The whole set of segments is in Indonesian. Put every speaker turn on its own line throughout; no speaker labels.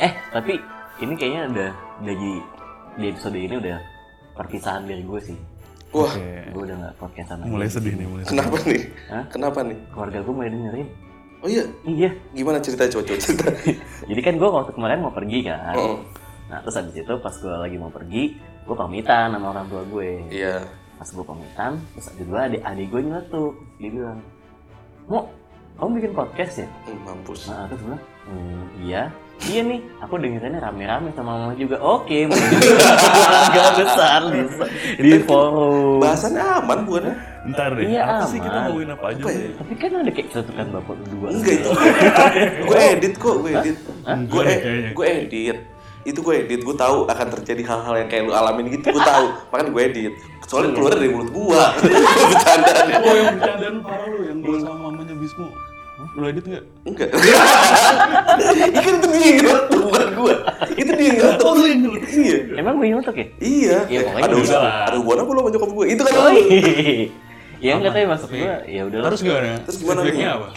Eh, Tapi ini kayaknya udah dari di episode ini udah perpisahan dari gue sih.
Wah,
Oke.
Gue udah nggak podcastan lagi.
Mulai sedih nih, mulai.
kenapa nih?
Hah?
Kenapa nih?
Keluarga gue mulai dengerin.
Oh iya,
Iya.
gimana cerita coba coba cerita.
Jadi kan gue waktu kemarin mau pergi kan.
Oh,
Nah terus habis itu pas gue lagi mau pergi, gue pamitan sama orang tua gue.
iya.
Pas gue pamitan, terus ada dua adik, adik gue nyeletuk. Dia bilang, Mo, kamu bikin podcast ya?
Hmm, Mampus.
Nah terus gue bilang, "Hmm, iya. Iya nih, aku dengerinnya rame-rame sama mama juga. Oke, mau dengerin keluarga besar di, di forum.
Bahasannya aman bukan?
Ntar deh,
Iya,
apa sih
aman.
kita ngomongin apa aja
Apa ya?
sih?
Tapi kan ada kayak celetukan bapak dua.
Enggak itu. gue edit kok, gue edit.
Hah?
Gue
Enggak deh, kayaknya.
gue edit. Itu gue edit, gue tahu akan terjadi hal-hal yang kayak lu alamin gitu, gue tahu. Makanya gue edit. Soalnya keluar dari mulut gua. Bercanda nih.
Oh yang bercandaan parah lu yang gue sama mamanya Bismo. Lu edit nggak?
Enggak. Ikan itu dia yang nyeletuk, bukan gue. Itu dia yang nyeletuk. Iya.
Emang gue nyeletuk ya?
Iya.
Iya,
Eh,
pokoknya Oh,
Ada
udah
usaha.
lah.
Ada hubungan apa lo sama nyokap gue? Itu kan
iya.
lu.
Woi. Ya enggak tapi maksud gue ya udah
Terus gimana?
Terus gimana
Feedbacknya
nih?
apa?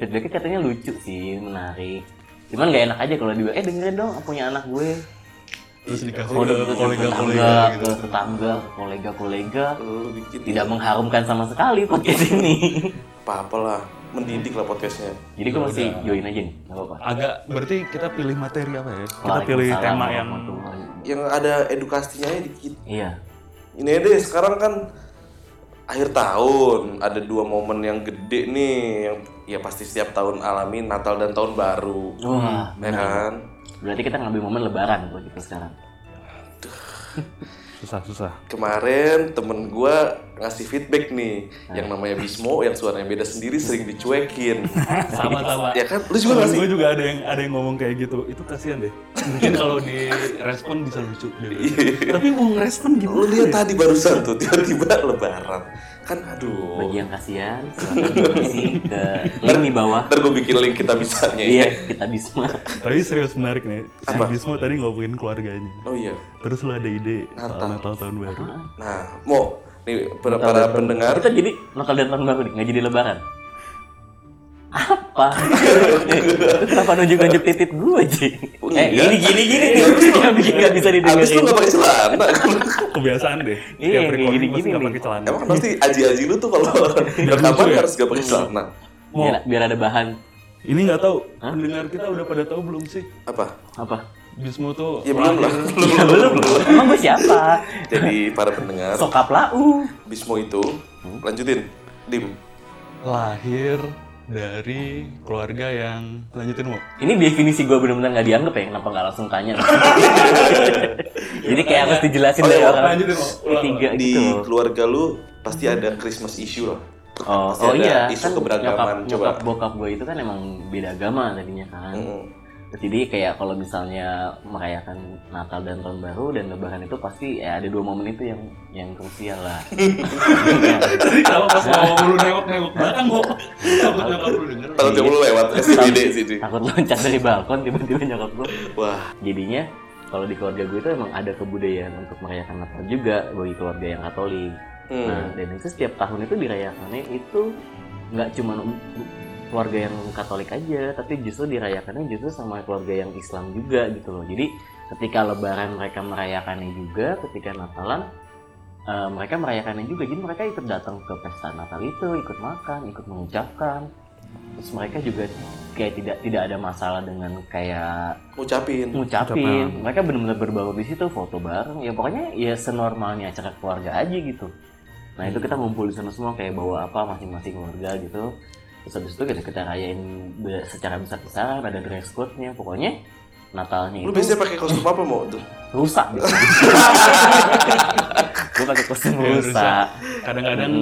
feedbacknya katanya lucu sih, menarik. Cuman gak enak aja kalau dibilang, eh dengerin dong punya anak gue.
Terus dikasih
Kalau
ke
ke
kolega-kolega
tetangga,
gitu.
ke tetangga, ke kolega-kolega.
Lu bikin
Tidak mengharumkan sama sekali podcast ini.
apa-apa lah. Mendidik lah podcastnya.
Jadi gue masih join aja nih, gak apa-apa.
Agak berarti kita pilih materi apa ya? Kita pilih
Waalaikumsalam
tema yang
warahmatullahi.
Yang ada edukasinya ya dikit.
Iya.
Ini deh sekarang kan akhir tahun ada dua momen yang gede nih yang ya pasti setiap tahun alami Natal dan tahun baru
Wah,
Hmm.
ya kan
berarti kita ngambil momen lebaran kalau gitu sekarang.
susah-susah.
kemarin temen gua ngasih feedback nih yang namanya Bismo yang suaranya beda sendiri sering dicuekin
Sama-sama.
ya kan lu juga ngasih
Gue juga ada yang ada yang ngomong kayak gitu. Itu kasihan deh. Mungkin kalau direspon bisa lucu. dia lucu.
Iya.
Tapi mau ngerespon
lu
gimana?
lihat tadi barusan tuh tiba-tiba lebaran kan aduh
Oh.
Bagi yang kasihan, silakan diisi ke link di bawah.
ntar gua bikin link kita bisanya ya
Iya, kita bisma.
Tapi serius menarik nih. Si Bismo tadi ngomongin keluarganya.
oh iya
Terus lu ada ide soal Natal tahun baru.
Ah.
nah mo nih para, para pendengar
Kita kan jadi Natal dan tahun baru nih, nggak jadi lebaran. Apa? Lu Kenapa nunjuk-nunjuk titit gue, Ji?
Oh,
Eh,
Enggak.
iya.
gini, gini, gini. Yang bikin nggak bisa
abis lu
didengerin.
nggak pakai celana
Kebiasaan deh.
Iya,
Tiap
kayak
recording
gini-gini
pasti nggak
nih.
pakai celana.
Emang pasti aji-aji lu tuh kalau
Iya,
rekaman
lucu ya?
harus gak pakai celana.
Mau
Biar, biar ada bahan.
Ini nggak tahu pendengar kita udah pada tahu belum sih?
Apa?
Apa?
Bismo tuh
Ya belum lah.
lahir-
Belum,
Ya,
belum.
belum, belum. Emang gue siapa?
Jadi para pendengar,
Sokap lau.
Bismo itu
Hmm?
lanjutin. Dim.
lahir dari keluarga yang lanjutin mau.
Ini definisi gue benar-benar nggak dianggap ya, kenapa nggak langsung tanya? Jadi kayak harus dijelasin
Oh,
dari
iya,
orang
lanjutin, Mo. Ulang,
ketiga
Di
gitu.
keluarga lu pasti ada Christmas issue lah.
Oh,
Pasti
oh
ada
iya,
isu
kan
keberagaman,
nyokap,
coba.
nyokap bokap gue itu kan emang beda agama tadinya kan.
Mm.
Jadi kayak kalau misalnya merayakan Natal dan Tahun Baru dan Lebaran itu pasti ya, ada dua momen itu yang yang krusial lah.
Tadi kalau pas ngomong lu nengok-nengok belakang kok. Takut nyokap lu denger.
Iya.
Kalau tiap lu lewat SCBD sini.
Takut loncat dari balkon tiba-tiba nyokap gue
Wah,
jadinya kalau di keluarga gue itu emang ada kebudayaan untuk merayakan Natal juga bagi keluarga yang Katolik.
Hmm.
Nah, dan itu setiap tahun itu dirayakannya itu nggak cuma keluarga yang Katolik aja, tapi justru dirayakannya justru sama keluarga yang Islam juga gitu loh. Jadi ketika Lebaran mereka merayakannya juga, ketika Natalan eh, mereka merayakannya juga. Jadi mereka ikut datang ke pesta Natal itu, ikut makan, ikut mengucapkan. Terus mereka juga kayak tidak tidak ada masalah dengan kayak
ngucapin.
Nah. ngucapin mereka benar-benar berbaur di situ foto bareng ya pokoknya ya senormalnya acara keluarga aja gitu nah itu
Hmm.
kita ngumpul di sana semua kayak bawa apa masing-masing keluarga gitu terus habis itu kita kita rayain be- secara besar-besaran ada dress code-nya pokoknya Natalnya
Lu
itu
biasanya pakai kostum apa mau tuh?
rusak gitu. gue pakai kostum
Ya, rusak.
rusak
Kadang-kadang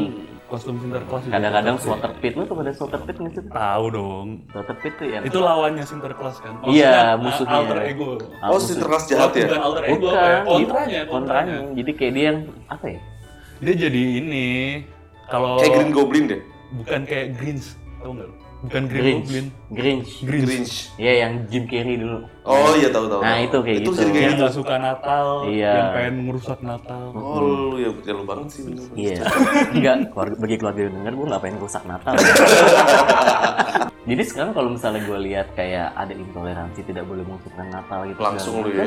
kostum sinterklas. juga.
Hmm. kadang-kadang sweater pit lu tuh pada sweater pit nggak sih
Tahu dong.
sweater pit tuh ya
Itu lawannya sinterklas kan?
Iya,
Maksudnya,
musuhnya.
Alter ego.
Ah,
Oh,
musuh.
sinterklas jahat ya?
Bukan alter ego, apa
bukan
ya? kontranya,
gitu.
kontranya.
kontranya jadi kayak dia yang apa ya
Iya. Dia jadi ini
Oh.
kalau
Kayak Green Goblin deh.
bukan kayak Greens, tau nggak? lu? Bukan Green
Grinch.
Goblin.
Grinch.
Grinch.
Grinch.
Iya yang Jim Carrey dulu.
Oh iya tahu tahu.
Nah,
tahu.
itu kayak
itu
gitu.
jadi kayak
Yang
gitu.
nggak suka Natal,
Iya.
yang pengen ngerusak Natal.
Oh lu ya, ya lu banget sih bener.
Iya. Enggak, keluarga, bagi keluarga yang denger gue nggak pengen rusak Natal. ya? Jadi sekarang kalau misalnya gue lihat kayak ada intoleransi tidak boleh mengucapkan Natal gitu.
Langsung lu ya.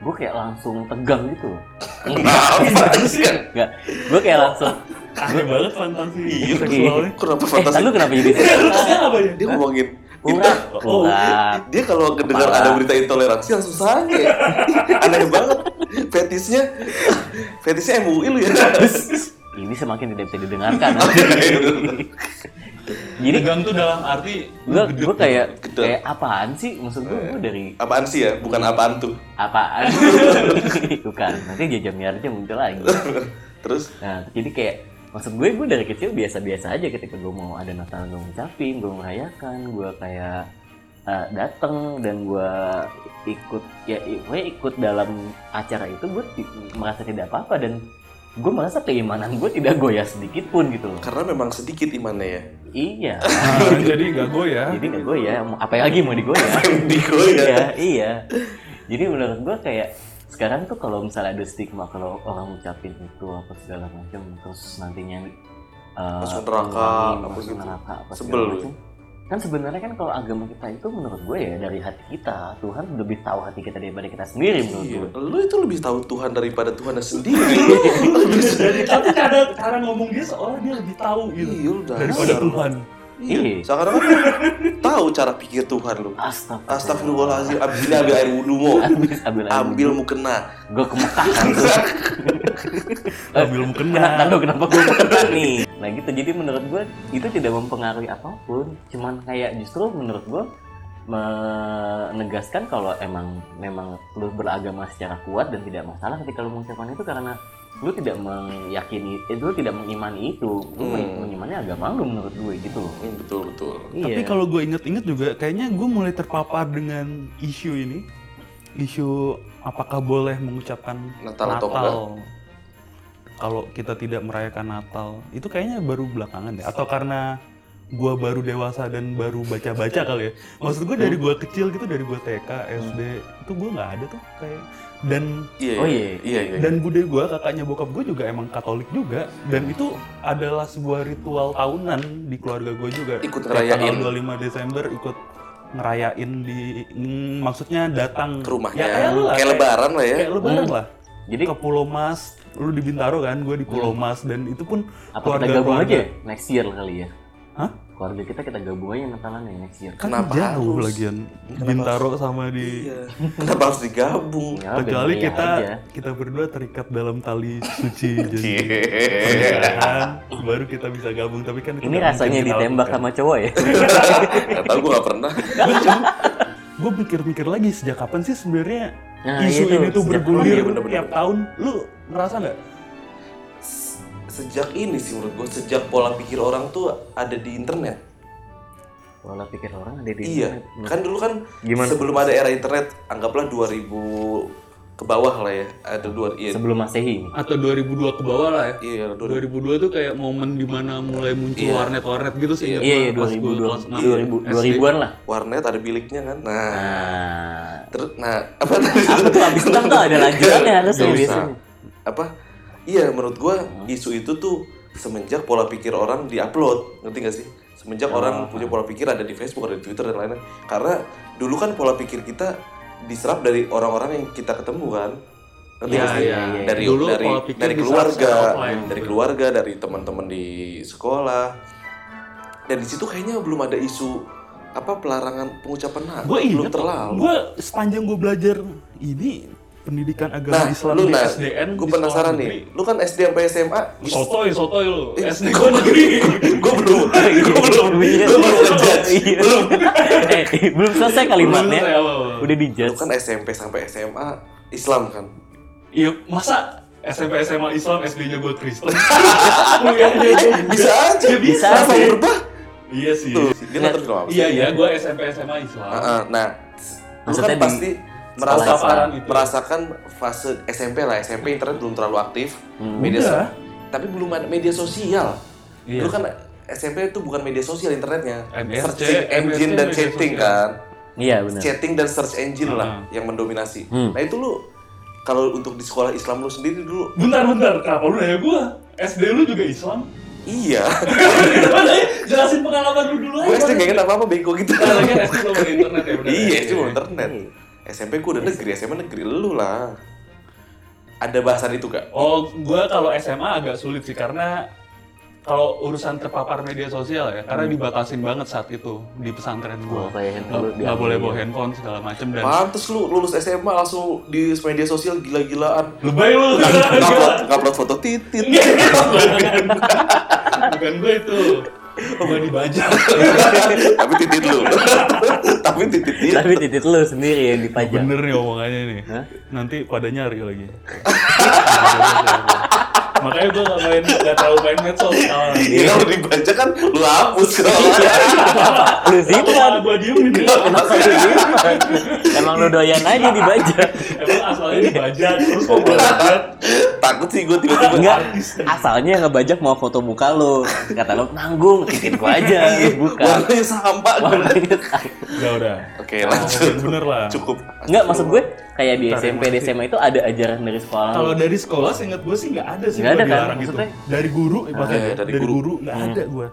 Gue kayak langsung tegang gitu.
Nah, apa sih kan?
Enggak, gue kayak langsung.
Aneh banget fantasi
Iya.
seksualnya.
Kenapa gitu?
Eh,
fantasi?
lu kenapa jadi seks?
Terusnya apa ya?
dia ngomongin
Urat,
inter-
Oh,
urat.
dia kalau kedengar
Kepala.
ada berita intoleransi langsung sange aneh banget fetisnya fetisnya MUI lu ya
Ini semakin tidak bisa didengarkan. Jadi
Tegang tuh dalam arti
gue gue kayak
Gedek.
kayak apaan sih? Maksud gue
Eh.
gue dari
apaan sih ya bukan apaan tuh
apaan? Bukan. Nanti jajam yarja muncul lagi.
terus
Nah, jadi kayak maksud gue gue dari kecil biasa-biasa aja ketika gue mau ada Natal gue ngucapin, gue merayakan, gue kayak eh, dateng dan gue ikut ya i- gue ikut dalam acara itu gue ti- merasa tidak apa-apa dan gue merasa keimanan gue tidak goyah sedikit pun gitu loh.
karena memang sedikit imannya ya
Iya.
Ah, jadi nggak goyah.
Jadi nggak goyah, mau- apa lagi mau digoyah?
Diko
iya,
ya
iya. Jadi menurut gua kayak sekarang tuh kalau misalnya ada stigma kalau orang ngucapin itu apa segala macam terus nantinya uh,
Masuk neraka,
mengurangi,
apa
masuk
gitu.
neraka apa
Sebel
segala
lu.
macam. Kan sebenarnya kan kalau agama kita itu menurut gue ya dari hati kita Tuhan lebih tahu hati kita daripada kita sendiri menurut
Iya.
gue.
lu itu lebih tahu Tuhan daripada Tuhan sendiri
Dari tapi cara cara ngomong dia seolah dia lebih tahu gitu
iya lu dasar.
daripada Tuhan.
iya
Iya.
sekarang kan lu tahu cara pikir Tuhan lu
Astagfirullah.
Astagfirullahaladzim, abis ini ambil air wudhu mo
Ambil ambil
Ambil mu kena
Gue ke Mekah kan.
Iya.
Ambil mu Eh, kena.
Kenapa tahu kenapa gue kena nih? Nah gitu jadi menurut gue itu tidak mempengaruhi apapun. Cuman kayak justru menurut gue menegaskan kalau emang memang lu beragama secara kuat dan tidak masalah ketika lu mengucapkan itu karena lu tidak meyakini eh, lu tidak mengimani itu lu
Hmm.
mengimani agama lu menurut gue gitu loh
Hmm, Betul, betul
Iya.
Tapi kalau gue inget-inget juga, kayaknya gue mulai terpapar dengan isu ini. Isu apakah boleh mengucapkan
Natal
Natal,
atau
kalau kita tidak merayakan Natal. Itu kayaknya baru belakangan deh. Atau karena gue baru dewasa dan baru baca-baca kali ya. Maksud gue dari gue kecil gitu, dari gue TK, SD, itu gue nggak ada tuh kayak. Dan
Iya,
Oh,
iya,
iya.
iya, Iya. iya.
dan bude gue kakaknya bokap gue juga emang Katolik juga dan itu adalah sebuah ritual tahunan di keluarga gue juga
Ikut
Tiap tanggal
ngerayain.
25 Desember ikut ngerayain di mm, maksudnya datang
ke rumahnya
ya, kayak, lu lah, Iya.
kayak lebaran lah ya
kayak lebaran lah
jadi
ke Pulau Mas lu di Bintaro kan gue di
Hmm.
Pulau Mas dan itu pun
apa kita gabung aja ya? next year kali ya
Hah?
keluarga kita kita gabung aja Natalannya next year
kan
Kenapa
jauh
harus?
lagian
Kenapa
Bintaro sama di
Iya. kenapa harus digabung
Ya,
kecuali
bener ya
kita
aja.
kita berdua terikat dalam tali suci janji
Cie.
pernikahan baru kita bisa gabung tapi kan
ini rasanya ditembak sama cowok ya
Gak tau gue gak pernah
gue mikir-mikir lagi sejak kapan sih sebenarnya
Nah,
isu
itu,
ini tuh
sejak
kapan?
bergulir
Iya, bener-bener.
tiap tahun lu ngerasa nggak
S- Sejak ini sih menurut gue Sejak pola pikir orang tuh ada di internet
pola pikir orang ada di
Iya
internet.
Kan dulu kan
Gimana?
sebelum ada era internet Anggaplah 2000 ke bawah lah ya Ada dua iya,
sebelum masehi ini
atau 2002 ke bawah lah ya
iya 2000
2002 tuh kayak momen dimana mulai
Iya.
muncul warnet-warnet gitu sih
iya iya dua ribu
ya,
dua ribu dua ribuan lah
Warnet ada biliknya kan Nah
nah
Terus, nah apa tadi?
apa tuh abis enam tuh ada lanjutannya harus
Gak
ya
bisa.
biasanya
Apa? Iya, menurut gua isu itu tuh semenjak pola pikir orang diupload, ngerti gak sih? Semenjak
Ah.
orang punya pola pikir ada di Facebook, ada di Twitter dan lain-lain. Karena dulu kan pola pikir kita diserap dari orang-orang yang kita ketemu kan. Ngerti
Iya,
gak sih?
iya, iya.
Dari
Dulu
dari
pola pikir
dari
diserap
keluarga,
secara offline.
dari keluarga, dari teman-teman di sekolah. Dan di situ kayaknya belum ada isu apa pelarangan pengucapan Natal.
gue
belum
inget
terlalu.
gue sepanjang gue belajar ini pendidikan agama Islam di
nah,
SDN
gue penasaran nih. Lu kan SD sampai SMA,
sotoy sotoy lu SD gue negeri
gue belum, gue belum,
Iya.
gue belum ngejudge.
Iya. Eh, belum selesai kalimatnya
Belum selesai apa-apa.
udah di
Lu
judge
kan SMP sampai SMA Islam kan?
Iya, masa SMP SMA Islam SD-nya gue Kristen? Iya, Kuliahnya gue
Bisa aja,
Ya, bisa
Kenapa
sih.
berubah?
Iya sih.
Tuh, dia nonton film apa? sih?
Iya iya, gue SMP SMA
Ah,
Islam.
ah, Nah, lu
Maksudnya
kan
di
pasti
Islam
merasakan
itu. ya.
merasakan fase SMP lah. SMP internet belum terlalu aktif,
Hmm.
media so-
Udah.
tapi belum ada media sosial.
Iya.
Lu kan SMP itu bukan media sosial internetnya.
MSC,
searching engine dan
media
chatting
sosial.
kan.
Iya benar.
Chatting dan search engine lah
Ah.
yang mendominasi.
Hmm.
Nah itu lu kalau untuk di sekolah Islam lu sendiri dulu
Bentar, bentar. Kenapa lu nanya gua? SD lu juga Islam?
iya.
Gimana ya? Jelasin pengalaman lu dulu
gue SD gak apa apa bego gitu.
Nah, lagi SD belum ada internet ya? bener.
iya itu internet. SMP ku udah negeri, SMA negeri lu lah. Ada bahasan itu gak?
Oh, gua kalau SMA agak sulit sih karena kalau urusan terpapar media sosial ya, karena dibatasin banget saat itu di pesantren gua.
Oh, kayak Hmm. handphone lu
Nggak nggak
diambil
boleh
ya.
bawa handphone segala macem dan
Pantes lu lulus SMA langsung di media sosial gila-gilaan.
lebay lu.
Ngupload ngupload foto titit.
Iya. Bukan gua itu.
Oh,
Gua dibajak.
Tapi titit lu. Tapi titit dia.
Tapi titik lu sendiri ya, yang dipajang.
Bener nih omongannya nih.
Hah?
Nanti pada nyari lagi. Makanya gua nggak main, nggak tahu main medsos. sekarang.
Iya kalau dibaca kan lu hapus kalau
Iya. Lu
Itu malah
simpan.
gua diemin. ya?
Kenapa lu simpan? Emang lu doyan aja dibaca.
Emang asalnya dibajak, terus kok bajak.
takut sih gue tiba-tiba
Enggak, asalnya yang ngebajak mau foto muka lu. Kata lu nanggung, titik gua aja, lu buka.
warnanya sama
Warnanya sama.
Ya udah.
Oke lanjut.
Ngomongin bener lah.
Cukup.
Enggak, maksud gue kayak di
Bentar,
SMP,
yang
di
mana
SMA itu ada ajaran dari sekolah.
Kalau dari sekolah seingat gue sih nggak ada sih
Nggak
gua
ada kan,
dilarang gitu.
maksudnya?
Dari guru eh, bahkan
iya,
ya,
dari
dari,
guru.
guru nggak ada gue.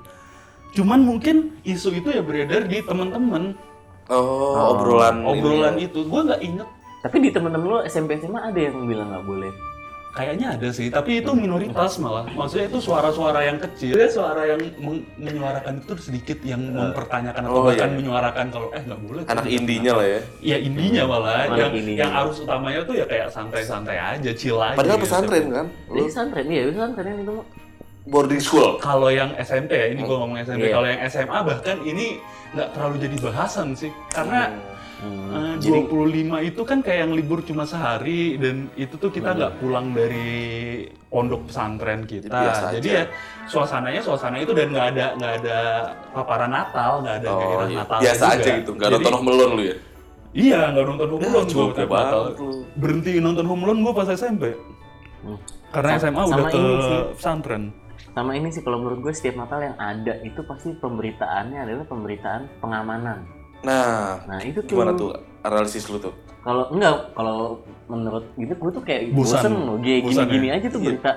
Cuman mungkin isu itu ya beredar di teman-teman
Oh obrolan. ini.
obrolan itu gue nggak inget
Tapi di temen-temen lu SMP SMA ada yang bilang nggak boleh.
kayaknya ada sih tapi itu minoritas malah maksudnya itu suara-suara yang kecil Ada suara yang men- menyuarakan itu sedikit yang mempertanyakan atau
Oh,
bahkan
iya.
menyuarakan kalau eh nggak boleh
Anak
Iya.
indinya lah ya.
ya indinya malah
Anak
yang
indinya.
yang arus utamanya tuh ya kayak santai-santai aja chill aja
Padahal
gitu.
pesantren kan. Lu
Jadi pesantren ya, pesantren yang itu.
boarding school.
kalau yang SMP ya ini gua ngomong SMP
Iya.
kalau yang SMA bahkan ini nggak terlalu jadi bahasan sih karena
Hmm.
eh, 25 itu kan kayak yang libur cuma sehari dan itu tuh kita
Hmm.
nggak pulang dari pondok pesantren kita
Biasa aja.
jadi ya suasananya suasana itu dan nggak ada nggak ada paparan Natal nggak ada
Oh,
gairah
iya.
Natal
biasa aja gitu. Gak nonton Home Alone lu ya.
iya nggak nonton Home
Ya,
Alone
cukup
gua tiap
banget
Natal
lu.
berhenti nonton Home Alone gua pas SMP
Hmm.
karena
Sama-
SMA
sama
udah ke
ini sih.
pesantren
Sama ini sih kalau menurut gue setiap Natal yang ada itu pasti pemberitaannya adalah pemberitaan pengamanan.
Nah
Nah itu tuh.
gimana tuh analisis lu tuh?
Kalau enggak, kalau menurut gitu gue tuh kayak
Bosan.
bosen loh. Kayak
Bosan ya?
gini-gini aja tuh
Iya.
berita.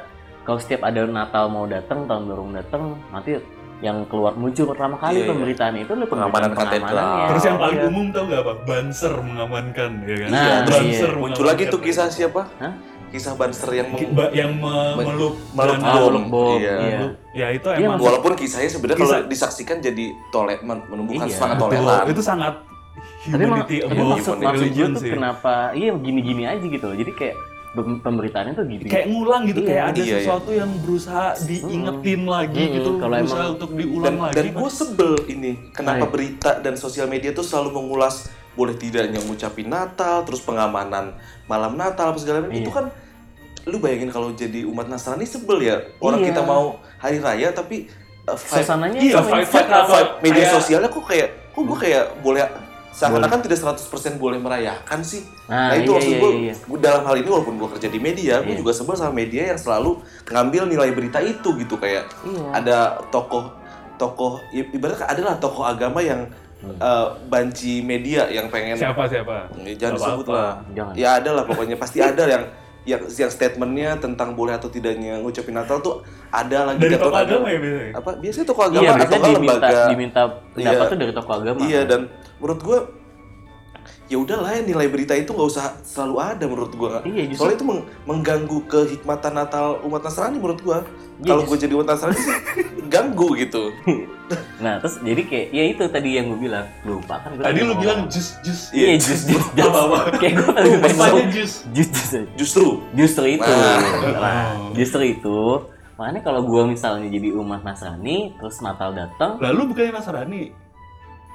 Kalau setiap ada Natal mau datang, tahun baru mau datang, nanti yang keluar muncul pertama kali
Iya, iya.
pemberitaan itu adalah
Pengamanan
pemberitaan pengamanan
katedral.
Ah. Terus yang paling
Iya.
umum tau gak apa? Banser mengamankan, ya kan?
Nah,
Banser
iya.
mengamankan.
Muncul lagi tuh kisah siapa?
Hah?
Kisah banser yang
Ki-
meng-
ba- yang me-
Ba-
meluk
meluk
dan-
Ah,
bom.
Blok Bom,
Iya.
iya.
meluk. Ya itu
Iya,
emang
maksud-
Walaupun kisahnya sebenarnya kalau
Kisah-
disaksikan jadi tole men- menumbuhkan
Iya.
semangat
Betul.
toleran.
Itu sangat
tapi emang
humanity
tapi
above
maksud maksud gue
religion
tuh
sih.
kenapa iya gini-gini aja gitu loh jadi kayak pem- pemberitaannya tuh gitu
Kayak ngulang gitu,
Iya.
kayak ada
Iya, iya.
sesuatu yang berusaha diingetin lagi
Mm-mm.
gitu,
Kalau
berusaha
emang-
untuk
dan,
diulang lagi.
dan gue sebel ini kenapa
Baik.
berita dan sosial media tuh selalu mengulas boleh tidaknya ngucapin Natal terus pengamanan malam Natal apa segala macam
Iya.
itu kan lu bayangin kalau jadi umat Nasrani sebel ya orang
Iya.
kita mau hari raya tapi uh, vibe-
suasananya
Iya,
tuh
vibe-
kayak-
vibe- vibe media
Kayak-
sosialnya kok kayak kok gue kayak boleh seakan-akan tidak 100% boleh merayakan sih
Nah,
nah, itu
iya,
maksud
iya,
gue
iya.
gue dalam hal ini walaupun gue kerja di media gue
Iya.
juga sebel sama media yang selalu ngambil nilai berita itu gitu kayak
Iya.
ada tokoh tokoh i- ibaratnya adalah tokoh agama yang
Hmm.
eh, banci media yang pengen
siapa siapa?
Eh, jangan
Gak
disebut
apa-apa.
lah
Jangan.
ya ada lah pokoknya pasti ada yang yang, yang statementnya tentang boleh atau tidaknya ngucapin Natal tuh ada lagi
Dari
jatuh
tokoh agama
ada.
ya biasanya.
apa biasanya tokoh agama
iya
atau
biasanya
nggak
diminta
lembaga
diminta pendapat
Iya.
tuh dari tokoh agama
Iya dan menurut gue ya udahlah ya nilai berita itu nggak usah selalu ada menurut gue.
Iya, justru-
Soalnya itu meng- mengganggu kehikmatan Natal umat Nasrani menurut gue.
Iya,
Kalau
justru-
gue jadi umat Nasrani sih ganggu gitu.
nah terus jadi kayak ya itu tadi yang gue bilang lupa kan gua
Tadi lu
ngomong.
bilang jus jus.
iya jus jus jus
Apa-apa.
kayak gue tadi
Lu
bilang
Bapaknya jus.
jus jus aja.
Justru
justru itu
Nah.
Nah,
Oh.
justru itu makanya kalau gue misalnya jadi umat nasrani terus natal datang
Lalu bukannya Nasrani?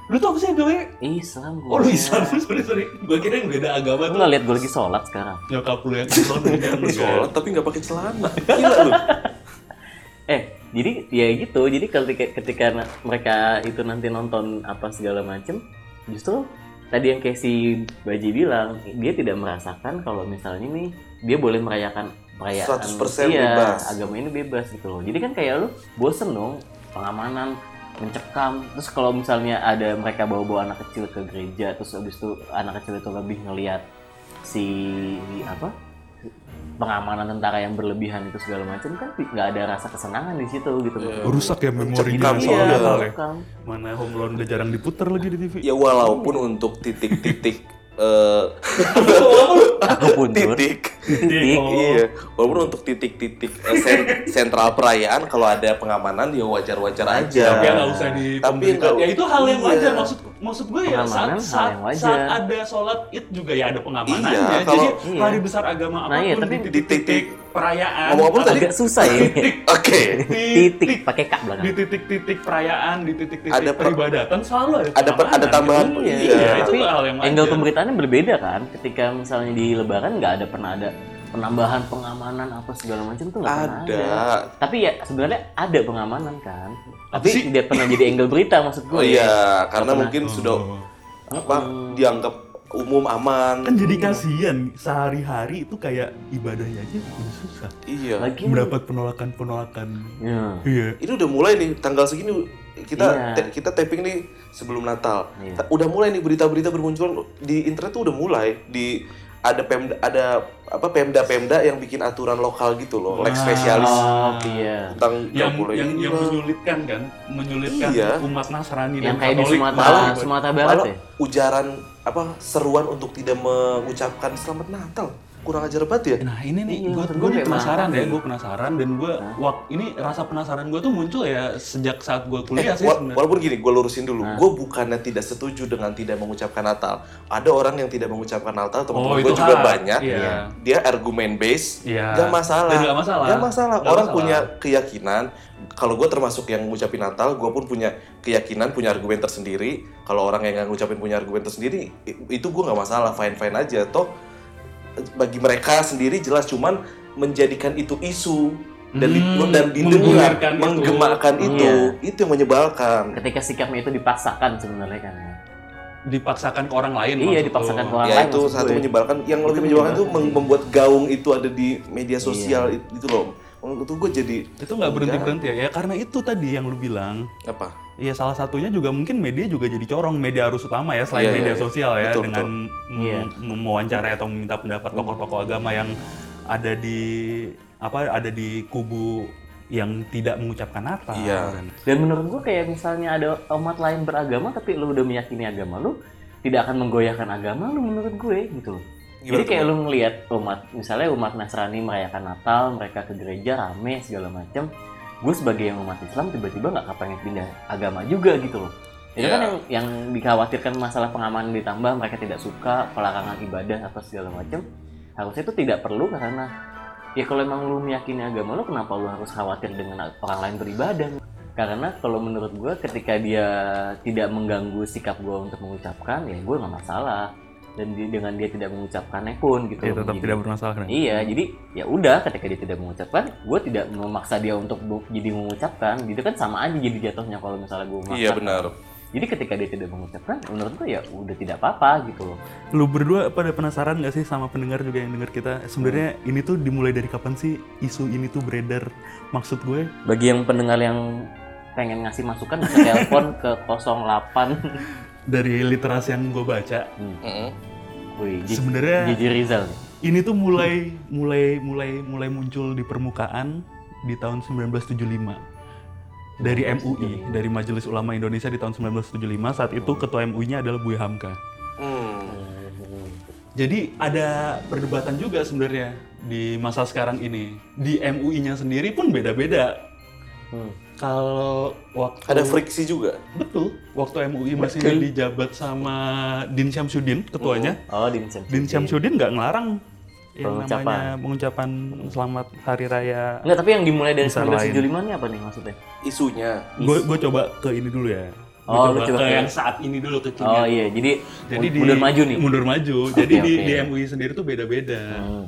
Lu tau apa sih agamanya?
Islam gue
Oh lu Islam,
Iya.
sorry sorry. Gua kira yang beda agama
lu
tuh
nggak lihat gue lagi sholat sekarang
nyokap lu yang Islam Iya. dan yang
di
enggak.
sholat tapi nggak pakai celana. Gila lu.
Eh, jadi ya gitu. Jadi ketika ketika na- mereka itu nanti nonton apa segala macem, justru tadi yang kayak si Baji bilang, dia tidak merasakan kalau misalnya nih dia boleh merayakan perayaan
100%
iya,
bebas.
agama ini bebas gitu loh. Jadi kan kayak lu bosen dong pengamanan mencekam terus kalau misalnya ada mereka bawa-bawa anak kecil ke gereja terus abis itu anak kecil itu lebih ngelihat si apa pengamanan tentara yang berlebihan itu segala macam kan nggak ada rasa kesenangan di situ gitu
Iya.
Rusak ya memori
Mencekam,
dia soal
iya.
Natal ya.
Mencekam.
Mana Home Alone udah jarang diputar lagi di TV.
Ya walaupun untuk titik-titik eh
aku pun Jun.
titik
titik
Oh.
Iya, walaupun untuk titik-titik eh, sen- sentral perayaan kalau ada pengamanan ya wajar-wajar aja.
Tapi ya nggak usah di
Tapi nggak-
ya itu hal yang
iya.
wajar maksud maksud gue ya
Pengamanan
saat
hal
saat,
yang wajar.
saat ada sholat id juga ya ada pengamanan
Iya,
ya. jadi
kalau-
iya.
hari besar agama
Nah,
apapun
iya, tapi-
di titik-titik perayaan
Ngomong-ngomong
atau
tadi-
agak susah ya ini.
Oke.
titik pakai kak belakang
di titik-titik perayaan di titik-titik
Ada per-
peribadatan selalu ada
Ada per- ada tambahan.
gitu.
Iya,
iya, itu
tapi
hal yang wajar
angle pemberitaannya berbeda kan ketika misalnya di lebaran nggak ada pernah ada penambahan pengamanan apa segala macam tuh nggak pernah ada.
Ada.
tapi ya sebenarnya ada pengamanan kan tapi
sih?
tidak pernah jadi angle berita maksud gue
Oh iya,
Apa?
karena mungkin sudah
Oh.
apa dianggap umum
kan
aman.
jadi kasihan sehari-hari itu kayak ibadahnya aja udah susah
Iya.
lagi
mendapat penolakan-penolakan
ya.
iya
Ini udah mulai nih tanggal segini
Iya.
kita te- kita taping nih sebelum Natal.
Iya.
Ta- Udah mulai nih berita-berita bermunculan di internet tuh udah mulai di ada pemda ada apa pemda-pemda yang bikin aturan lokal gitu loh, like
Wah.
spesialis
oh iya
tentang nggak
yang
boleh
yang, yang
ini lah.
menyulitkan kan menyulitkan
Iya.
umat Nasrani
yang
dan
kayak di
Katolik
Sumatera
malah-
Sumatera Barat
Malah
ya
ujaran apa seruan untuk tidak mengucapkan selamat Natal kurang ajar banget ya.
Nah ini nih,
Iya,
gue
maksud
gue
gue kayak Iya.
penasaran
mana
ya,
nih?
gue penasaran dan gue wak ini rasa penasaran gue tuh muncul ya sejak saat gue
Eh,
kuliah sih
wa-
sebenarnya.
walaupun gini, gue lurusin dulu.
Nah.
Gue bukannya tidak setuju dengan tidak mengucapkan Natal. Ada orang yang tidak mengucapkan Natal, teman-teman gue juga
hak.
banyak.
Oh, Iya.
Dia argumen based,
Iya.
gak masalah.
Dan nggak masalah.
Nggak masalah.
Nggak
orang
masalah.
punya keyakinan. Kalau gue termasuk yang ngucapin Natal, gue pun punya keyakinan, punya argumen tersendiri. Kalau orang yang nggak ngucapin punya argumen tersendiri, i- itu gue nggak masalah, fine fine aja. Toh bagi mereka sendiri jelas cuman menjadikan itu isu dan di-
Hmm,
dan didengar
menggulirkan itu. Hmm.
menggemakan itu
Iya.
itu yang menyebalkan
ketika sikapnya itu dipaksakan sebenarnya kan ya.
Dipaksakan ke orang lain.
Iya,
maksud
dipaksakan
lo.
ke orang.
ya
lain
itu
maksud
satu
gue.
menyebalkan yang
Itu
lebih menyebalkan itu
menyebalkan. Iya.
meng- membuat gaung itu ada di media sosial itu, itu loh menurut gue jadi
Itu nggak berhenti berhenti ya, ya karena itu tadi yang lu bilang.
apa
Ya salah satunya juga mungkin media juga jadi corong media arus utama ya selain
Iya, iya,
media
iya.
sosial ya
Betul,
dengan mem-
Iya.
mem- mewawancarai atau meminta pendapat tokoh-tokoh agama yang ada di apa ada di kubu yang tidak mengucapkan Natal.
Iya.
kan.
Dan menurut gua kayak misalnya ada umat lain beragama tapi lu udah meyakini agama lu tidak akan menggoyahkan agama lu menurut gue gitu loh.
Gimana
Jadi
tuh,
kayak
Bang?
lu ngelihat umat misalnya umat Nasrani merayakan Natal, mereka ke gereja rame segala macam. Gue sebagai yang umat Islam tiba-tiba nggak kepengen pindah agama juga gitu loh. Itu kan
Iya.
yang, yang dikhawatirkan masalah pengamanan ditambah mereka tidak suka pelarangan ibadah atau segala macam. Harusnya itu tidak perlu karena ya kalau emang lu meyakini agama lu kenapa lu harus khawatir dengan orang lain beribadah? Karena kalau menurut gue ketika dia tidak mengganggu sikap gue untuk mengucapkan ya gue nggak masalah dan di- dengan dia tidak mengucapkannya pun gitu.
Ya
loh.
tetap
Jadi-
tidak bermasalah kan.
Iya, jadi ya udah ketika dia tidak mengucapkan, gue tidak memaksa dia untuk bu- jadi mengucapkan. Gitu kan sama aja jadi jatuhnya kalau misalnya gue memaksa.
iya benar
Jadi ketika dia tidak mengucapkan, menurut gue ya udah tidak apa-apa gitu loh.
Lu berdua pada penasaran gak sih sama pendengar juga yang denger kita? Sebenarnya
Hmm.
ini tuh dimulai dari kapan sih isu ini tuh beredar? Maksud gue
Bagi yang pendengar yang pengen ngasih masukan bisa telepon ke 08
dari literasi yang gue baca,
Mm-mm.
Wih, J-
sebenarnya
JJ Rizal nih.
ini tuh mulai mulai mulai mulai muncul di permukaan di tahun 1975 dari MUI, dari Majelis Ulama Indonesia di tahun 1975. Saat itu ketua MUI-nya adalah Buya Hamka.
Hmm.
Jadi ada perdebatan juga sebenarnya di masa sekarang ini. Di MUI-nya sendiri pun beda-beda.
Hmm.
Kalau waktu
ada friksi juga
betul, waktu MUI masih
Betul.
dijabat sama Din Syamsuddin ketuanya.
Hmm.
Oh, Din Syamsuddin.
Din Syamsuddin nggak ngelarang yang
Pengucapan.
namanya mengucapkan selamat hari raya.
Enggak, tapi yang dimulai dari
Besar
1975 ini apa nih maksudnya?
isunya
Gue gue coba ke ini dulu ya. Gua
Oh, lu coba
ke
ke-
yang saat ini dulu ke kini.
Oh iya, jadi,
Jadi di,
mundur maju nih.
Mundur maju. Jadi
Oke,
di,
oke.
di MUI sendiri tuh beda-beda.
Hmm.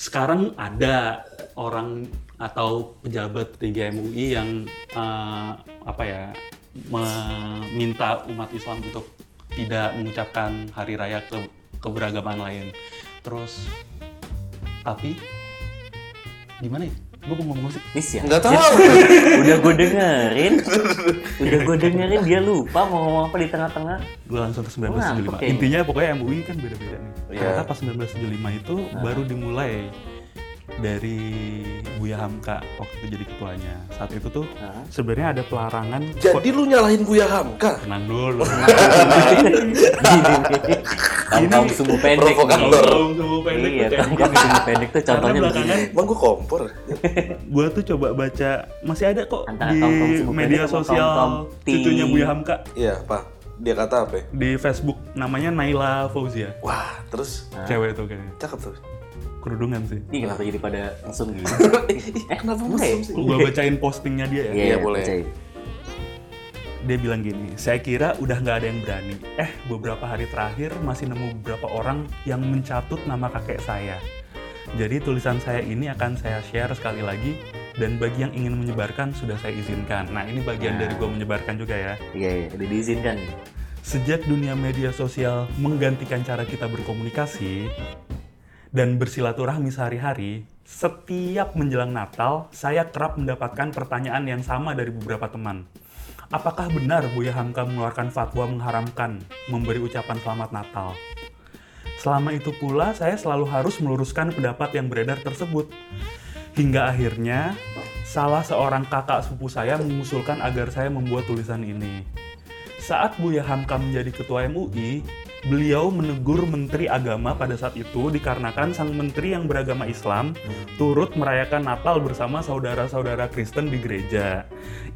sekarang ada orang atau pejabat tinggi MUI yang eh, apa ya meminta umat Islam untuk tidak mengucapkan hari raya ke keberagaman lain. Terus tapi gimana ya? Gue penggemar musik.
Nis ya?
Nggak tahu.
Udah gue dengerin. udah gue dengerin dia lupa mau ngomong apa di tengah-tengah.
Gue langsung ke
Wah,
1975.
oke.
Intinya pokoknya MUI kan beda-beda nih.
Iya.
Ternyata pas 1975
Nah.
itu baru dimulai dari Buya Hamka waktu itu jadi ketuanya. Saat itu tuh
Nah.
sebenarnya ada pelarangan
Jadi lu nyalahin Buya Hamka?
tenang dulu.
Kamu kamu sumbu pendek.
Provokator.
Kalau sumbu pendek
Iya,
tuh kayak
kamu
gini.
sumbu pendek tuh
Karena
contohnya begini.
belakangan
Emang gue Eh, kompor?
gue tuh coba baca masih ada kok
Antara
di
kaum-kaum sibuk
media
pendek sama kaum-kaum
sosial
ti.
cucunya Buya Hamka
Iya, Pak. Dia kata apa ya?
di Facebook namanya Naila Fauzia
Wah, terus
Nah.
cewek tuh kayaknya
cakep tuh.
kerudungan sih
Ih, kenapa jadi pada langsung gini? Eh, kenapa
sih?
gue bacain postingnya dia ya
Iya,
Iya, boleh.
percaya.
dia bilang gini saya kira udah nggak ada yang berani eh beberapa hari terakhir masih nemu beberapa orang yang mencatut nama kakek saya jadi tulisan saya ini akan saya share sekali lagi dan bagi yang ingin menyebarkan sudah saya izinkan nah ini bagian
Nah.
dari gue menyebarkan juga ya
Iya, iya, udah diizinkan.
Sejak dunia media sosial menggantikan cara kita berkomunikasi dan bersilaturahmi sehari-hari, setiap menjelang Natal, saya kerap mendapatkan pertanyaan yang sama dari beberapa teman. Apakah benar Buya Hamka mengeluarkan fatwa mengharamkan memberi ucapan selamat Natal? Selama itu pula, saya selalu harus meluruskan pendapat yang beredar tersebut. Hingga akhirnya, salah seorang kakak sepupu saya mengusulkan agar saya membuat tulisan ini. Saat Buya Hamka menjadi ketua MUI, beliau menegur Menteri Agama pada saat itu dikarenakan sang menteri yang beragama Islam turut merayakan Natal bersama saudara-saudara Kristen di gereja.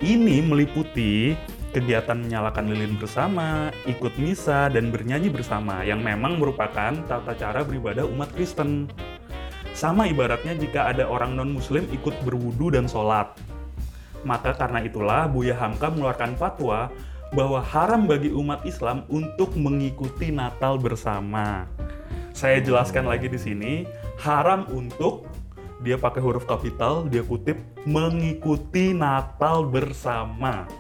Ini meliputi kegiatan menyalakan lilin bersama, ikut misa, dan bernyanyi bersama yang memang merupakan tata cara beribadah umat Kristen. Sama ibaratnya jika ada orang non-muslim ikut berwudu dan sholat. Maka karena itulah Buya Hamka mengeluarkan fatwa bahwa haram bagi umat Islam untuk mengikuti Natal bersama. Saya jelaskan lagi di sini, haram untuk dia pakai huruf kapital, dia kutip mengikuti Natal bersama.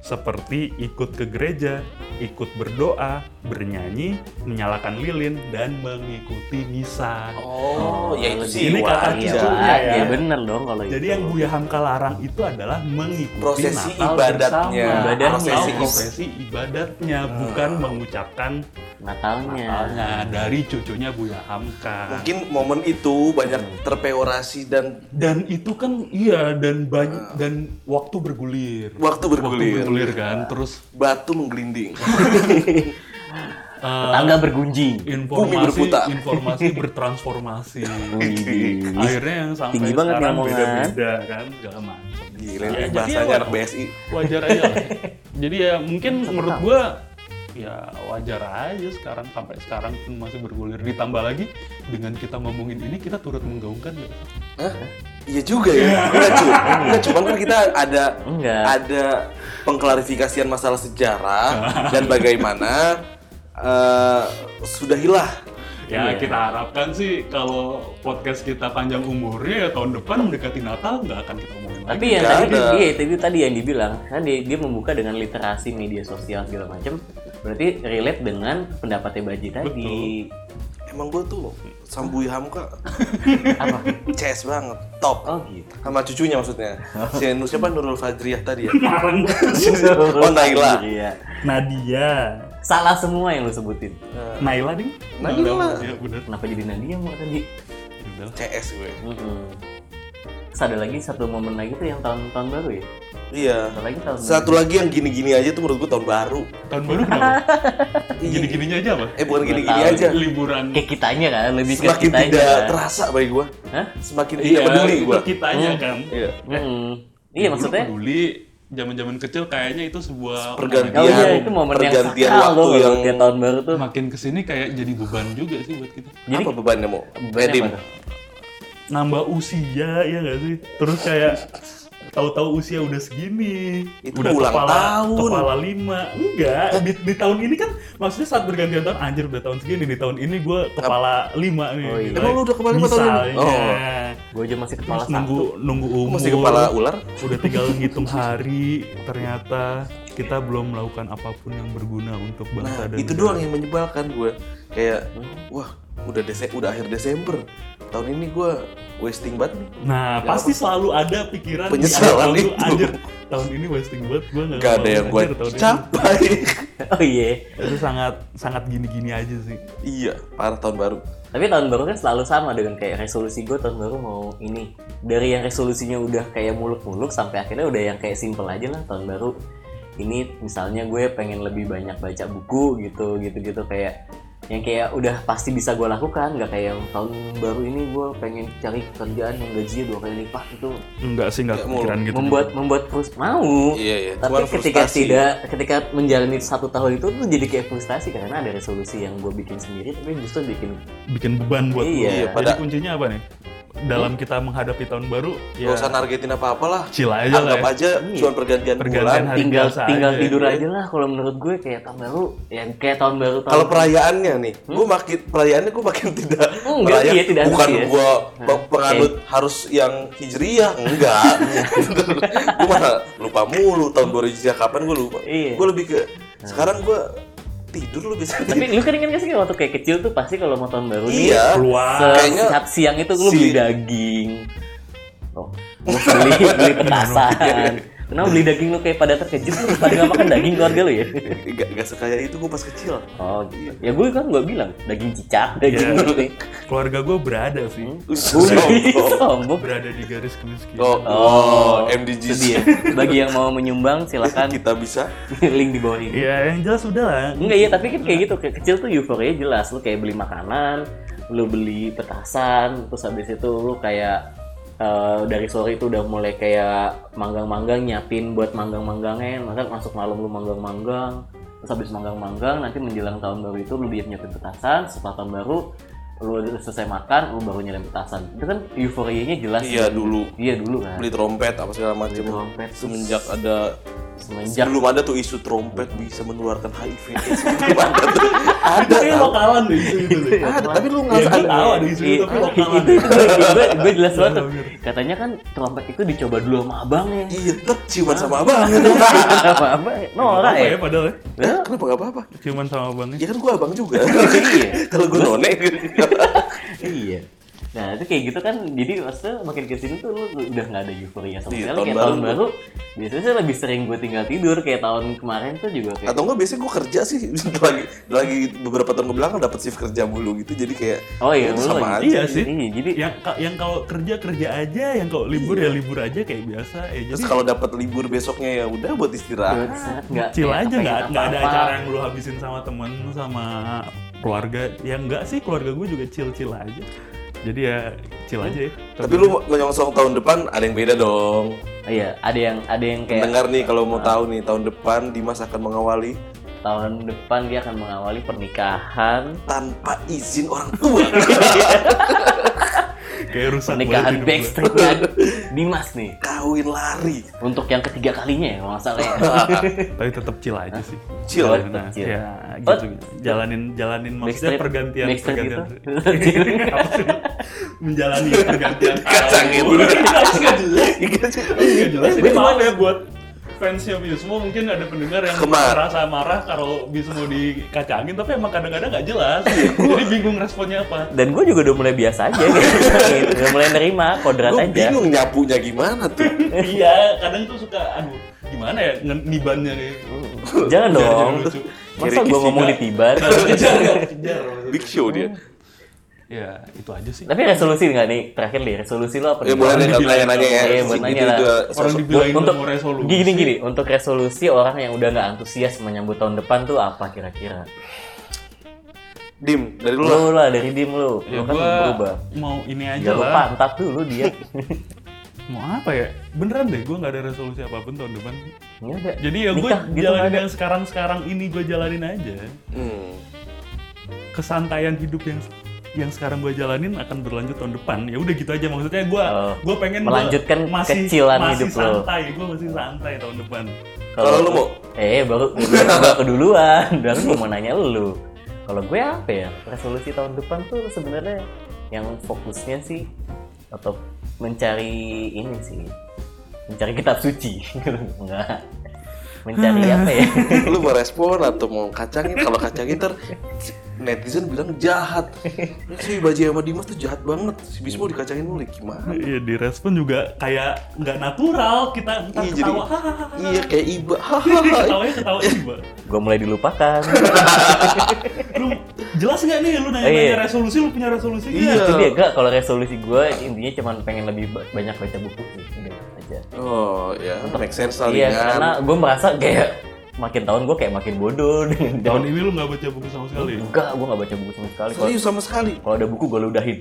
Seperti ikut ke gereja, ikut berdoa, bernyanyi, menyalakan lilin, dan mengikuti misa.
Oh, ya itu sih. iya.
Iya, Ini kata
wajar.
cucunya ya.
Ya bener dong kalau itu.
Jadi yang Buya Hamka larang itu adalah mengikuti
Prosesi
Natal
ibadatnya.
bersama.
Ibadahnya.
Prosesi
Atau
ibadat.
prosesi ibadatnya, bukan mengucapkan
Natalnya.
Natalnya dari cucunya Buya Hamka.
Mungkin momen itu banyak terpeorasi dan
Dan itu kan iya dan banyak dan waktu bergulir.
Waktu bergulir.
Waktu bergulir kan, terus
batu menggelinding.
eh,
Tetangga bergunjing.
informasi
berputar.
informasi bertransformasi.
Wih,
Akhirnya yang sampai
Tinggi banget
sekarang
nih omongan.
beda-beda kan segala macam.
Gila,
Ya,
ini
jadi
bahasanya
ya,
anak BSI.
wajar aja lah. jadi ya mungkin menurut gua ya wajar aja sekarang sampai sekarang pun masih bergulir ditambah lagi dengan kita ngomongin ini kita turut menggaungkan ya
Hah? Iya juga ya. Enggak cu- Enggak, cuman kan kita ada
Enggak.
ada pengklarifikasian masalah sejarah dan bagaimana eh, sudahilah.
ya kita harapkan sih kalau podcast kita panjang umurnya ya tahun depan mendekati Natal nggak akan kita ngomongin lagi
Tapi yang
Nggak
tadi
Gitu kan? ada.
dia itu, itu tadi yang dibilang, kan dia, dia membuka dengan literasi media sosial segala macam. Berarti relate dengan pendapatnya Baji tadi.
Emang gue tuh sambui hamka
Apa?
CS banget, top.
Oh gitu.
Sama cucunya maksudnya. Si Nur- siapa Nurul Fadriyah tadi ya?
Marang.
Oh, Naila.
Iya.
Nadia
Salah semua yang lu sebutin.
Naila ding
Naila.
ya bener
Kenapa jadi Nadia mau tadi?
Ya udah.
CS gue.
Mm-mm. Terus ada lagi satu momen lagi tuh yang tahun tahun baru ya.
Iya.
Satu lagi tahun
Satu lagi yang gini-gini aja tuh menurut gue tahun baru.
tahun baru kenapa gini-gininya aja apa
Iya. Eh bukan gini-gini
Tahun.
aja. Eh,
liburan
kayak kitanya kan lebih ke
Semakin
kitanya.
tidak
kan?
terasa bagi gue.
Hah?
Semakin
iya
tidak peduli
itu
gue.
kitanya kan
Iya.
Mm-mm. Iya
Dulu
maksudnya
peduli zaman-zaman kecil kayaknya itu sebuah
Pergantian.
Oh
olahraga.
iya itu momen yang
Pergantian
sakral
waktu
loh
yang-
yang... tahun baru tuh.
makin kesini kayak jadi beban juga sih buat kita
Jadi
apa bebannya mau? Redim.
apa tuh?
nambah usia ya nggak sih terus kayak tahu-tahu usia udah segini
Itu ulang
kepala,
tahun.
kepala lima enggak di, di tahun ini kan maksudnya saat bergantian tahun anjir udah tahun segini di tahun ini gue kepala lima nih
Oh iya.
gitu.
Emang lu udah kepala lima tahun ini?
misalnya
Oh.
Gue aja masih kepala
terus
satu.
nunggu nunggu umur Nah,
Masih kepala ular?
udah tinggal ngitung hari ternyata kita belum melakukan apapun yang berguna untuk
Nah,
bangsa dan
itu
negara. Hmm.
doang yang menyebalkan gue. Kayak, wah, udah Dese udah akhir Desember, tahun ini gue wasting banget nih.
Nah, pasti selalu ada pikiran
Penyesalan itu.
di akhir tahun tuh, Anjir, tahun ini wasting banget gue nggak
Gak ada yang gue
Anjir, tahun ini."
capai.
oh iya
Itu sangat sangat gini-gini aja sih.
iya, parah tahun baru.
tapi tahun baru kan selalu sama dengan kayak resolusi gue tahun baru mau ini dari yang resolusinya udah kayak muluk-muluk sampai akhirnya udah yang kayak simple aja lah tahun baru ini misalnya gue pengen lebih banyak baca buku gitu gitu gitu kayak yang kayak udah pasti bisa gue lakukan nggak kayak yang tahun baru ini gue pengen cari kerjaan yang gajinya dua kali lipat itu
Enggak sih, enggak
Nggak mau
kepikiran gitu.
membuat membuat terus mau
Iya, iya.
tapi ketika
frustasi.
tidak ketika menjalani satu tahun itu tuh jadi kayak frustasi karena ada resolusi yang gue bikin sendiri tapi justru bikin
bikin beban buat
Iya.
lu.
Iya,
pada-
Jadi kuncinya apa nih?
Hmm.
Dalam kita menghadapi tahun baru,
Gak
ya
usah nargetin apa-apa lah.
chill aja lah
Anggap
ya.
aja
Iya.
cuma pergantian,
Pergantian
bulan.
hari
tinggal
biasa
tinggal
ya.
aja.
tidur aja lah kalau menurut gue kayak tahun baru yang kayak tahun baru tahun
Kalau perayaannya nih, gue makin perayaannya gue makin tidak
Hmm? Enggak, iya, tidak harus
Bukan
ya.
gue
Nah,
penganut harus yang hijriah, enggak. gue malah lupa mulu tahun baru hijriah kapan gue lupa.
Iya.
Gue lebih ke sekarang gue tidur lu bisa
tapi lu kan ingat gak sih waktu kayak kecil tuh pasti kalau mau tahun baru nih
Iya.
Keluar.
se-
Kayaknya
saat siang itu lu
si-
beli daging oh lu beli beli
Iya,
petasan kenapa beli daging lu kayak pada terkejut lu pada gak makan daging keluarga lu ya
Gak, gak sekaya itu gue pas kecil.
oh gitu ya gue kan gue bilang daging cicak daging
Iya.
ini
Keluarga gue berada sih.
Hmm? Wih,
Sombong.
sombong.
Berada di garis kemiskinan.
Oh, oh, MDGs.
sedih ya. Bagi yang mau menyumbang silakan
Kita bisa.
link di bawah ini.
Ya, yang jelas udah lah.
Enggak ya, tapi kan kayak gitu kayak kecil tuh euforia jelas. Lu kayak beli makanan, lu beli petasan, terus habis itu lu kayak eh, dari sore itu udah mulai kayak manggang-manggang nyiapin buat manggang-manggangnya, maka masuk malam lu manggang-manggang, terus habis manggang-manggang nanti menjelang tahun baru itu lu diet nyiapin petasan, setelah tahun baru lu udah selesai makan, lu baru nyiapin petasan. Itu kan euforianya jelas.
Iya dulu
Iya dulu kan.
beli trompet apa segala macam.
trompet.
Semenjak ada
Semenjak
Belum ada tuh isu trompet bisa menularkan HIV AIDS. gitu, Belum ada tuh. Ada.
Tapi
tau.
lokalan deh itu itu. deh.
Ada, tapi lu nggak
Iya, gue tahu
ada.
ada isu itu, tapi
Iya,
lokalan.
itu gue gue jelas banget tuh.
Bener.
katanya kan trompet itu dicoba dulu sama abangnya
Iya, tet ciuman sama abang.
apa apa norak
Apa
ya
ya padahal ya?
Hah? Kenapa nggak apa-apa?
Cuman sama abangnya.
Ya kan gua abang juga.
Iya.
Kalau gua none.
iya nah itu kayak gitu kan jadi maksudnya makin kesini tuh lu udah nggak ada euforia sama
Iya,
sekali
tahun
kayak
baru
tahun
lu.
baru biasanya sih lebih sering gue tinggal tidur kayak tahun kemarin tuh juga kayak
Atau enggak biasanya gua kerja sih lagi lagi beberapa tahun kebelakang dapat shift kerja mulu gitu. Jadi kayak
oh iya
itu
lu
sama
lagi-
aja.
Iya sih.
iya jadi
Yang ka- yang kalau kerja kerja aja, yang kalau libur ya libur aja kayak biasa. Ya
Terus
jadi
kalau dapat libur besoknya ya udah buat istirahat.
saat nggak
chill
kayak
aja
pengen
nggak nggak ada
apa-apa.
acara yang lu habisin sama temen sama keluarga ya enggak sih keluarga gue juga chill chill aja jadi ya chill aja ya
Tapi lu nyongsong tahun depan ada yang beda dong.
iya ada yang ada yang kayak
Pendengar nih kalau mau tahu nih tahun depan Dimas akan mengawali
tahun depan dia akan mengawali pernikahan
tanpa izin orang tua.
kayak rusak
pernikahan
banget hidup gua.
backstreetnya Dimas nih
Kawin lari.
untuk yang ketiga kalinya ya kalau nggak salah ya
tapi tetap chill aja sih
Chill.
Oh,
Nah,
tetap chill.
ya
Oh.
gitu jalanin jalanin maksudnya
Backstreet-
pergantian
Backstreet gitu.
pergantian
itu.
Apa sih? menjalani pergantian
Kacangin Iya, dulu.
tahun. Nggak jelas. Nggak jelas
Iya,
ini
Gua cuma-
maaf ya buat fansnya Bismo mungkin ada pendengar yang
Kemar-
merasa marah kalau Bismo dikacangin tapi emang kadang-kadang nggak jelas jadi bingung responnya apa
dan gue juga udah mulai biasa aja gitu. udah mulai nerima kodrat
Gue
aja
bingung nyapunya gimana tuh.
iya kadang tuh suka aduh gimana ya nge- nibannya nih
jangan
Biar
dong
jadi lucu.
masa
Kiri
gue
kiri
ngomong
sih,
ditiban
kejar nggak kejar
Big show dia.
ya itu aja
Nah.
sih
tapi resolusi nggak nih terakhir nih resolusi lo apa
Ya
nih?
boleh deh
dibilang
nanya-nanya ya.
Iya, buat nanya
Itu
lah. gitu.
juga
orang
sosok-
dibilangin
Untuk-
udah mau resolusi
gini gini gini untuk resolusi orang yang udah nggak antusias menyambut tahun depan tuh apa kira-kira
Dim dari lu. lah.
lu lah dari dim lu
ya
lu kan
gua
berubah
mau ini aja
Jangan lupa
lah
pantat dulu dia
mau apa ya beneran deh gue nggak ada resolusi apapun tahun depan
Nggak ada.
jadi ya gue
Iya, Nikah gitu nggak
jalanin
ada.
yang sekarang-sekarang ini gue jalanin aja
Hmm.
kesantaian hidup yang yang sekarang gue jalanin akan berlanjut tahun depan ya udah gitu aja maksudnya gue
Oh.
gue pengen gua
Melanjutkan
masih
kecilan
masih
hidup lo.
santai gue masih santai tahun depan
Kalau lu mau
Eh, baru baru keduluan. Dan lu mau nanya lu. Kalau gue apa ya? Resolusi tahun depan tuh sebenarnya yang fokusnya sih atau mencari ini sih. Mencari kitab suci. Enggak. mencari apa ya
lu mau respon atau mau kacangin kalau kacangin ntar netizen bilang jahat si Baji sama Dimas tuh jahat banget si Bismo dikacangin mulu ya gimana
Iya direspon juga kayak nggak natural kita ntar
Iya, jadi-
ketawa hahaha
iya kayak iba
ya,
ketawanya ketawa juga
gue mulai dilupakan
lu jelas nggak nih lu nanya,
Iya.
nanya resolusi lu punya resolusi nggak?
Iya.
itu dia gak kalau resolusi gue intinya cuman pengen lebih ba- banyak baca buku sih udah aja
oh ya make sense lah
iya
Lingan.
karena gue merasa kayak makin tahun gue kayak makin bodoh dengan
tahun
tahun
ini lu nggak baca buku sama sekali
enggak gue nggak baca buku sama sekali Kalau-
serius sama sekali
kalau ada buku gue ludahin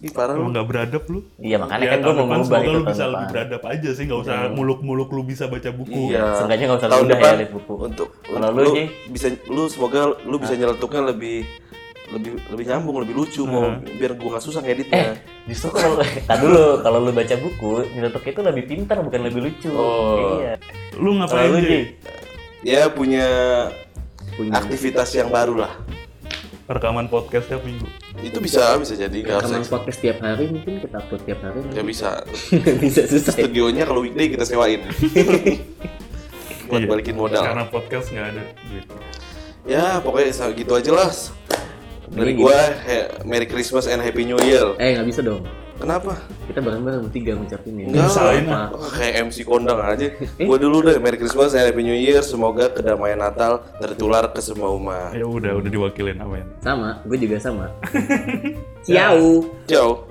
Ih, parah
Emang
lu.
nggak beradab lu
iya makanya
Ya,
kan gue
tahun
mau
depan
mengubah
semoga
itu
lu
tahun
bisa lebih
depan
beradab aja sih nggak usah muluk-muluk lu bisa baca buku
Iya.
Seenggaknya nggak usah
Tahun
ludah
depan
ya lihat buku
untuk
Kalau
untuk
lu, Ji?
bisa lu semoga lu bisa nyeletuknya lebih lebih lebih nyambung lebih lucu mau biar gua nggak susah
Eh.
ngeditnya
justru kalau tak dulu kalau lu baca buku nyelotok itu lebih pintar bukan lebih lucu
Oh.
iya
lu
kalau
ngapain
lu
sih
Ji,
ya punya
punya
aktivitas yang baru lah
rekaman podcast tiap minggu
itu bisa bisa jadi nggak harus
rekaman
ekstra.
podcast tiap hari mungkin kita upload tiap hari
ya bisa
bisa susah ya.
studionya kalau weekday kita sewain buat
Iya.
balikin modal
karena podcast nggak ada Gitu. duit
ya pokoknya sa- gitu aja lah dari
Ini
gua he- Merry Christmas and Happy New Year
eh nggak bisa dong
kenapa
kita bareng-bareng bertiga ngucapin ya
Enggak
Disalahin
lah, kayak MC kondang aja. Gua dulu deh, Merry Christmas and Happy New Year. Semoga kedamaian Natal tertular ke semua umat.
ya udah udah diwakilin amin
sama gue juga sama ciao
Ciao.